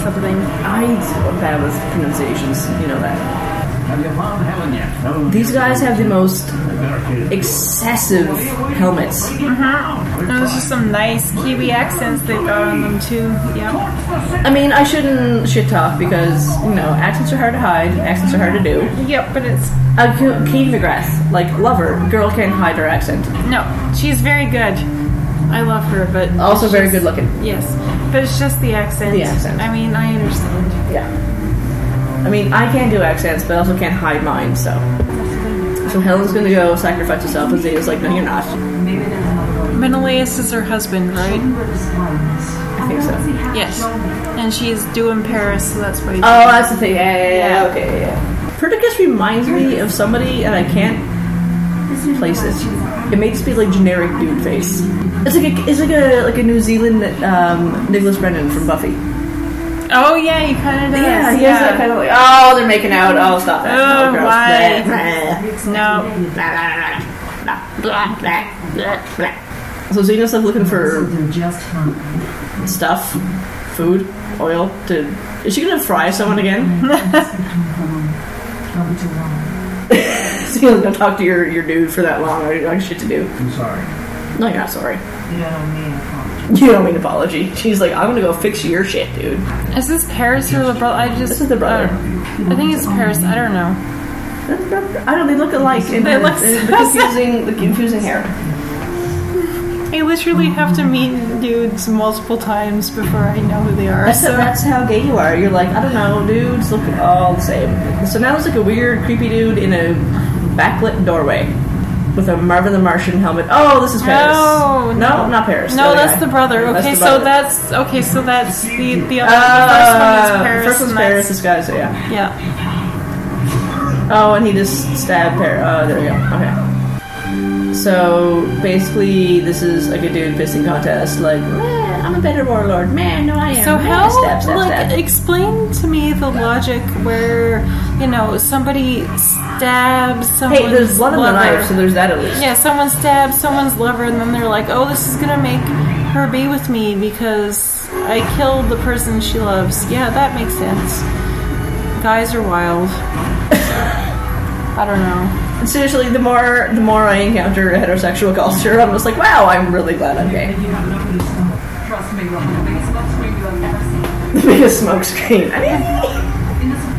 Speaker 1: something.
Speaker 2: I am bad with pronunciations, you know that.
Speaker 5: Have your mom Helen yet? No.
Speaker 2: These guys have the most
Speaker 5: Barricaded.
Speaker 2: excessive helmets.
Speaker 1: No, there's just Mm-hmm. some nice Kiwi accents they got on them too. Yeah.
Speaker 2: I mean, I shouldn't shit talk because, you know, accents are hard to hide, accents are hard to do.
Speaker 1: Yep, but it's
Speaker 2: Uh, Ke- Katie McGrath, like, love her. Girl can't hide her accent.
Speaker 1: no. She's very good. I love her, but
Speaker 2: Also
Speaker 1: it's
Speaker 2: very
Speaker 1: just-
Speaker 2: good looking.
Speaker 1: Yes, but it's just the accent.
Speaker 2: The accent.
Speaker 1: I mean, I understand.
Speaker 2: Yeah. I mean, I can't do accents, but I also can't hide mine, so. So Helen's gonna go sacrifice herself, and Zeta's like, no, you're not.
Speaker 4: Maybe there's another way.
Speaker 1: Menelaus is her husband, right?
Speaker 4: Where this blindness.
Speaker 2: I think so.
Speaker 1: Yes. And she's due in Paris, so that's why.
Speaker 2: Oh, that's the thing. Yeah, yeah, yeah. Okay, yeah, yeah. Perdiccas reminds me of somebody, and I can't place it. It may just be like generic dude face. It's like a, it's like a like a New Zealand um, Nicholas Brennan from Buffy.
Speaker 1: Oh, yeah, you kind of does.
Speaker 2: Yeah, he has that kind of like oh they're making out oh stop that
Speaker 1: Oh, why?
Speaker 2: gross. Blah,
Speaker 1: No.
Speaker 2: blah, blah, blah, blah, blah. So Xena's like looking
Speaker 4: So
Speaker 2: for
Speaker 4: they're just hungry.
Speaker 2: stuff, food, oil. To is she gonna fry someone again?
Speaker 4: Don't be too long.
Speaker 2: Xena's gonna talk to your, your dude for that long. I don't have shit to do.
Speaker 5: I'm sorry.
Speaker 2: No, you're not sorry.
Speaker 4: You don't need a phone.
Speaker 2: You don't mean apology. She's like, I'm gonna go fix your shit, dude.
Speaker 1: Is this Paris or the brother? I just. oh.
Speaker 2: This is the brother.
Speaker 1: I think it's Paris. I don't know.
Speaker 2: I don't. They look alike. And
Speaker 1: They look
Speaker 2: and the confusing, the confusing hair.
Speaker 1: I literally have to meet dudes multiple times before I know who they are.
Speaker 2: That's,
Speaker 1: So
Speaker 2: that's how gay you are. You're like, I don't know, dudes look all the same. So now it's like a weird, creepy dude in a backlit doorway with a Marvin the Martian helmet. Oh, this is Paris.
Speaker 1: No,
Speaker 2: no, not Paris.
Speaker 1: no,
Speaker 2: other
Speaker 1: that's
Speaker 2: guy.
Speaker 1: the brother.
Speaker 2: That's
Speaker 1: Okay,
Speaker 2: the
Speaker 1: so
Speaker 2: brother.
Speaker 1: that's okay. So that's the the other
Speaker 2: Uh,
Speaker 1: the
Speaker 2: first
Speaker 1: first one is Paris.
Speaker 2: one's
Speaker 1: and that's-
Speaker 2: Paris. This guy's yeah.
Speaker 1: Yeah.
Speaker 2: Oh, and he just stabbed her. Oh, there we go. Okay. So basically, this is like a dude pissing contest. Like, man, I'm a better warlord. Man, no, I am.
Speaker 1: So
Speaker 2: Man,
Speaker 1: how
Speaker 2: Stab, stab,
Speaker 1: like
Speaker 2: stab.
Speaker 1: explain to me the logic where you know somebody stabs someone.
Speaker 2: Hey, there's blood on the knife, so there's that at least.
Speaker 1: Yeah, someone stabs someone's lover, and then they're like, "Oh, this is gonna make her be with me because I killed the person she loves." Yeah, that makes sense. Guys are wild. I don't know.
Speaker 2: Seriously, the more the more I encounter heterosexual culture, I'm just like, wow, I'm really glad I'm gay.
Speaker 6: You have no good stomach. Trust me, Robin. The biggest box spring you'll ever see.
Speaker 2: Make a smoke screen. I mean,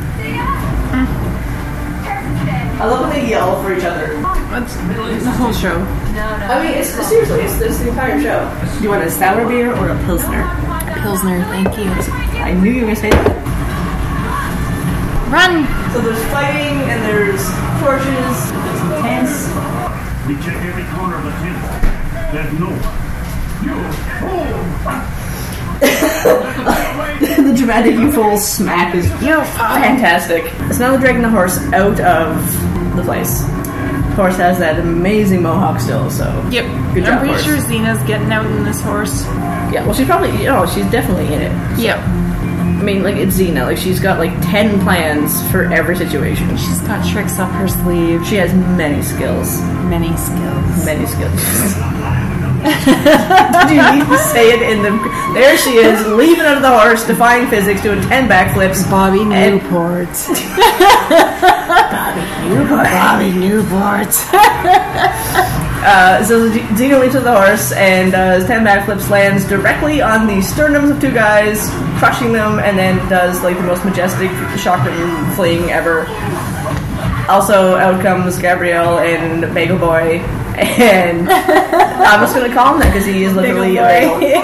Speaker 2: I love when they yell for each other.
Speaker 1: That's the whole show.
Speaker 2: I mean, it's seriously, it's, it's the entire show. Do you want a sour beer or a pilsner?
Speaker 1: Pilsner, thank you.
Speaker 2: I knew you were gonna say that.
Speaker 1: Run!
Speaker 2: So there's fighting and there's torches, there's intense.
Speaker 5: We checked every corner of the temple. There's no one. You Oh! fool!
Speaker 2: the dramatic you full smack is
Speaker 1: Yo,
Speaker 2: fantastic. So now they're dragging the horse out of the place. Horse has that amazing mohawk still, so
Speaker 1: Yep. I'm
Speaker 2: Good job,
Speaker 1: pretty
Speaker 2: horse.
Speaker 1: sure Xena's getting out in this horse.
Speaker 2: yeah. Well, she's probably you know she's definitely in it.
Speaker 1: Yep.
Speaker 2: I mean, like it's Xena. Like she's got like ten plans for every situation.
Speaker 1: She's got tricks up her sleeve.
Speaker 2: She has many skills.
Speaker 1: Many skills.
Speaker 2: Many skills. Do you need to say it in the? There she is, leaving under the horse, defying physics, doing ten backflips.
Speaker 1: Bobby
Speaker 2: And-
Speaker 1: Newport.
Speaker 2: Uh,
Speaker 1: Bobby Newport.
Speaker 2: Uh, so Xena leaps to the horse, and uh, his ten backflips lands directly on the sternums of two guys, crushing them, and then does like the most majestic shotgun fling ever. Also, out comes Gabrielle and Bagel Boy, and I'm just gonna call him that because he is literally a bagel.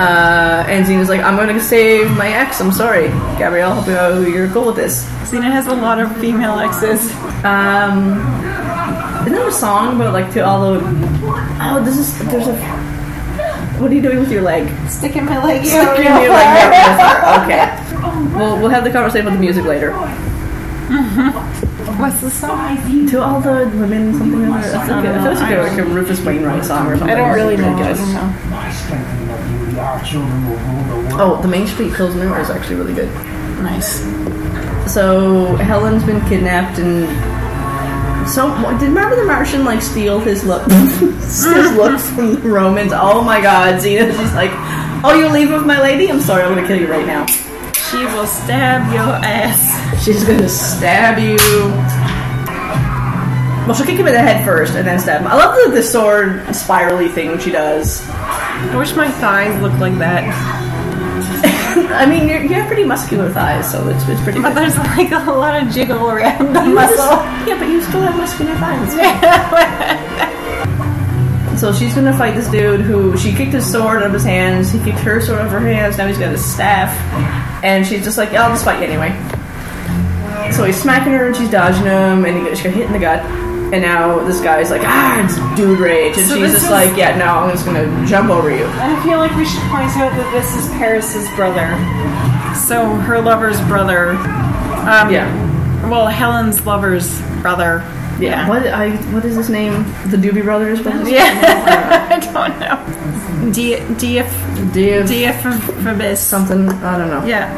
Speaker 2: Uh, and Xena's like, I'm gonna save my ex, I'm sorry. Gabrielle, hope you- you're cool with this.
Speaker 1: Xena has a lot of female exes.
Speaker 2: Um, isn't there a song about like to all the. Oh, this is. There's a. What are you doing with your leg?
Speaker 1: Sticking my leg
Speaker 2: Sticking your leg out real far. Okay. Well, we'll have the conversation about the music later.
Speaker 1: What's the song?
Speaker 2: To all the women, something or other. I think it- I feel like it's like a Rufus Wainwright song or something.
Speaker 1: I don't know.
Speaker 3: My strength and love you, we are children will rule the world.
Speaker 2: Oh, the Main Street Pilsner is actually really good.
Speaker 1: Nice.
Speaker 2: So Helen's been kidnapped and so did remember the Martian like steal his look his looks from the Romans. Oh my god, Xena, she's like, Oh you leave with my lady? I'm sorry, I'm gonna kill you right now.
Speaker 1: She will stab your ass.
Speaker 2: She's gonna stab you. Well she'll kick him in the head first and then stab him. I love the, the sword spirally thing she does.
Speaker 1: I wish my thighs looked like that.
Speaker 2: I mean you're, you have pretty muscular thighs, so it's, it's pretty
Speaker 1: But
Speaker 2: good.
Speaker 1: there's like a lot of jiggle around the
Speaker 2: You just-
Speaker 1: muscle.
Speaker 2: Yeah, but you still have muscular thighs. so she's gonna fight this dude who she kicked his sword out of his hands. He kicked her sword out of her hands. Now he's got his staff, and she's just like, yeah, "I'll just fight you anyway." So he's smacking her, and she's dodging him, and he gets, she got hit in the gut. And now this guy's like, "Ah, it's dude rage," and
Speaker 1: So
Speaker 2: she's
Speaker 1: this
Speaker 2: just
Speaker 1: is-
Speaker 2: like, "Yeah, no, I'm just gonna jump over you."
Speaker 1: I feel like we should point out that this is Paris's brother. So her lover's brother. Um,
Speaker 2: Yeah,
Speaker 1: Well, Helen's lover's brother.
Speaker 2: yeah. What I what is his name? The Doobie Brothers. Brothers?
Speaker 1: Yeah. I don't know. D DF
Speaker 2: Dave
Speaker 1: DF
Speaker 2: something. I don't know.
Speaker 1: Yeah.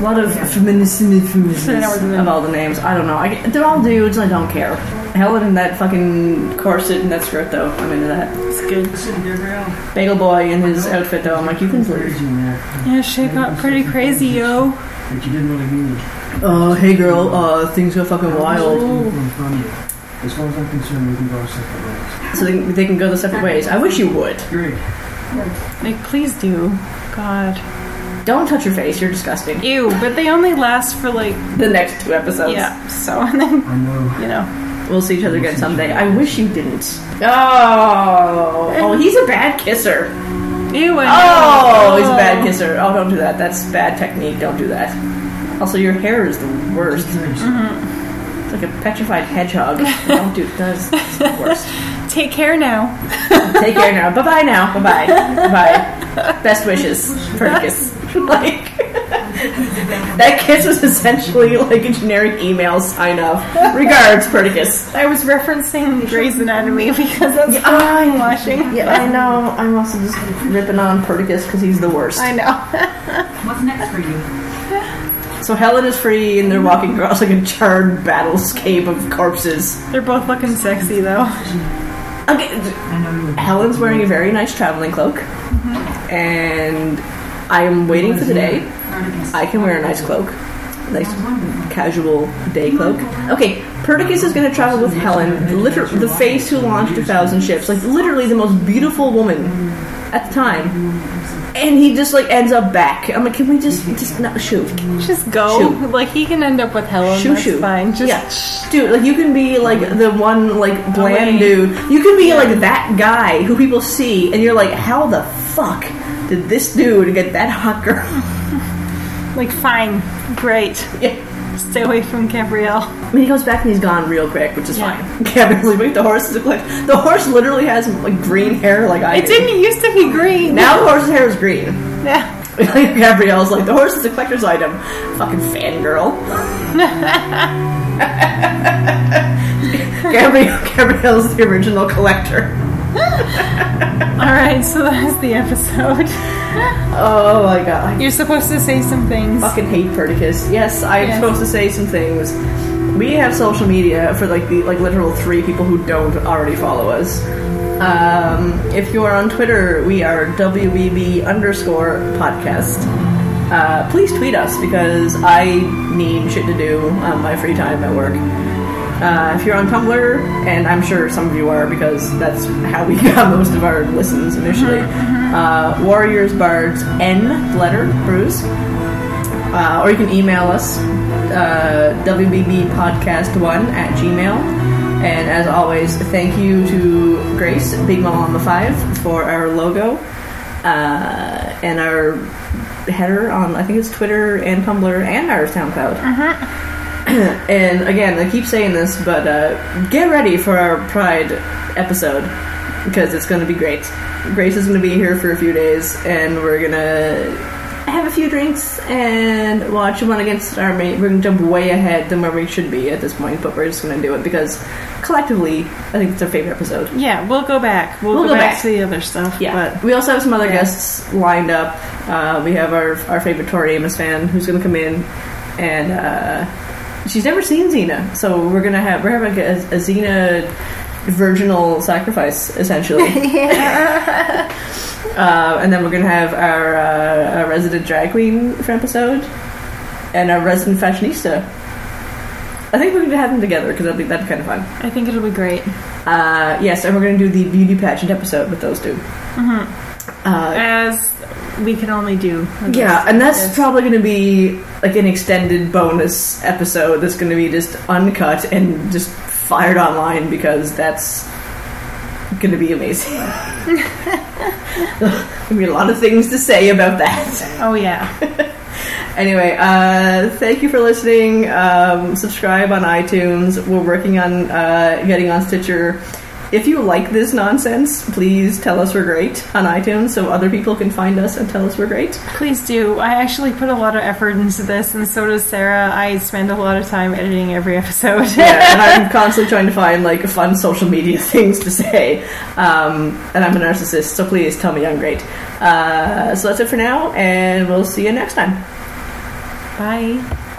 Speaker 2: A lot of feminism
Speaker 1: Feminism.
Speaker 2: of all the names. I don't know. I get, they're all dudes. I don't care. Helen in that fucking corset and that skirt, though. I'm into that.
Speaker 1: It's good.
Speaker 2: Bagel boy in his outfit, though. I'm like, you can flirt.
Speaker 3: Crazy man
Speaker 1: Yeah, she got pretty crazy, yo.
Speaker 3: that you didn't really mean.
Speaker 2: Uh, hey girl. Uh, things go fucking wild.
Speaker 3: From from you. As far as I'm concerned, we can go our separate ways.
Speaker 2: So they, they can go their separate ways. I wish you would.
Speaker 3: Great.
Speaker 1: Like, please do. God.
Speaker 2: Don't touch your face. You're disgusting.
Speaker 1: Ew, but they only last for like,
Speaker 2: The next two episodes.
Speaker 1: yeah, so, and then,
Speaker 3: I know.
Speaker 1: you know.
Speaker 2: We'll see each other again someday. I wish you didn't. Oh. Oh, he's a bad kisser.
Speaker 1: Ew, I know.
Speaker 2: Oh, he's a bad kisser. Oh, don't do that. That's bad technique. Don't do that. Also, your hair is the worst. It's like a petrified hedgehog. don't do that's, that's the worst.
Speaker 1: Oh. Take care now.
Speaker 2: Take care now. Bye bye now. Bye bye. Bye. Best wishes for the kiss. like that kiss was essentially like a generic email sign off. Regards, Perdiccas.
Speaker 1: I was referencing Grey's Anatomy because that's what I'm watching.
Speaker 2: Yeah, I know. I'm also just ripping on Perdiccas because he's the worst.
Speaker 1: I know.
Speaker 4: What's next for you?
Speaker 2: So Helen is free, and they're walking across like a charred battlescape of corpses.
Speaker 1: They're both looking sexy though.
Speaker 2: Okay, th-
Speaker 4: I know you.
Speaker 2: Helen's wearing a very nice traveling cloak, and I am waiting for the day
Speaker 4: Artemis.
Speaker 2: I can wear a nice cloak. nice casual day cloak. Okay, Perdiccas is going to travel with Helen, liter- the face who launched a thousand ships, like literally the most beautiful woman at the time. And he just like ends up back. I'm like, can we just just not shoot,
Speaker 1: Just go.
Speaker 2: Shoo.
Speaker 1: Like he can end up with Helen.
Speaker 2: Shoo,
Speaker 1: that's
Speaker 2: shoo.
Speaker 1: fine. Just
Speaker 2: Yeah. dude? Like you can be like the one like
Speaker 1: wait.
Speaker 2: bland dude. You can be like that guy who people see, and you're like, how the fuck did this dude get that hot girl?
Speaker 1: like fine, great.
Speaker 2: Yeah.
Speaker 1: Stay away from Gabrielle.
Speaker 2: I mean, he comes back and he's gone real quick, which is
Speaker 1: Yeah.
Speaker 2: fine. Can't believe it. The horse is a glitch. The horse literally has like green hair, like I
Speaker 1: It
Speaker 2: do.
Speaker 1: didn't used to be green.
Speaker 2: Now the horse's hair is green.
Speaker 1: Yeah.
Speaker 2: Gabrielle's like the horse is a collector's item. Fucking fangirl. Gabrielle, Gabrielle's the original collector.
Speaker 1: All right. So that is the episode.
Speaker 2: Oh my god, I
Speaker 1: You're supposed to say some things.
Speaker 2: fucking hate Perdiccas. Yes, I'm
Speaker 1: Yes.
Speaker 2: supposed to say some things. We have social media for like the like literal three people who don't already follow us. Um, if you are on Twitter, we are WBB underscore podcast. Uh, please tweet us because I need shit to do on my free time at work. Uh, if you're on Tumblr, and I'm sure some of you are because that's how we got most of our listens initially, uh, Warriors Bards N letter, Bruce. Uh, or you can email us, uh, WBBpodcast1 at gmail. And as always, thank you to Grace, Big Mom on the Five, for our logo uh, and our header on, I think it's Twitter and Tumblr and our SoundCloud. and again, I keep saying this, but uh, get ready for our Pride episode because it's going to be great. Grace is going to be here for a few days, and we're going to have a few drinks and watch one against our mate. We're going to jump way ahead than where we should be at this point, but we're just going to do it because collectively, I think it's our favorite episode.
Speaker 1: Yeah, we'll go back. We'll,
Speaker 2: We'll
Speaker 1: go,
Speaker 2: go
Speaker 1: back,
Speaker 2: back.
Speaker 1: to the other stuff.
Speaker 2: Yeah.
Speaker 1: But
Speaker 2: we also have some other
Speaker 1: Yeah.
Speaker 2: guests lined up. Uh, we have our, our favorite Tori Amos fan who's going to come in, and uh, she's never seen Xena, so we're gonna have we're having a, a Xena virginal sacrifice essentially. uh, and then we're gonna have our, uh, our resident drag queen for episode, and our resident fashionista. I think we're gonna have them together because I think that'd be kind of fun.
Speaker 1: I think it'll be great.
Speaker 2: Uh, yes, and we're gonna do the beauty pageant episode with those 2
Speaker 1: Mm-hmm.
Speaker 2: Uh,
Speaker 1: As we can only do.
Speaker 2: Yeah, and that's
Speaker 1: Yes.
Speaker 2: probably going to be like an extended bonus episode that's going to be just uncut and just fired online because that's going to be amazing. There'll be a lot of things to say about that.
Speaker 1: Oh yeah.
Speaker 2: Anyway, uh, thank you for listening. Um, subscribe on iTunes. We're working on uh, getting on Stitcher. If you like this nonsense, please tell us we're great on iTunes so other people can find us and tell us we're great.
Speaker 1: Please do. I actually put a lot of effort into this, and so does Sarah. I spend a lot of time editing every episode.
Speaker 2: yeah, and I'm constantly trying to find like fun social media things to say. Um, and I'm a narcissist, so please tell me I'm great. Uh, so that's it for now, and we'll see you next time.
Speaker 1: Bye.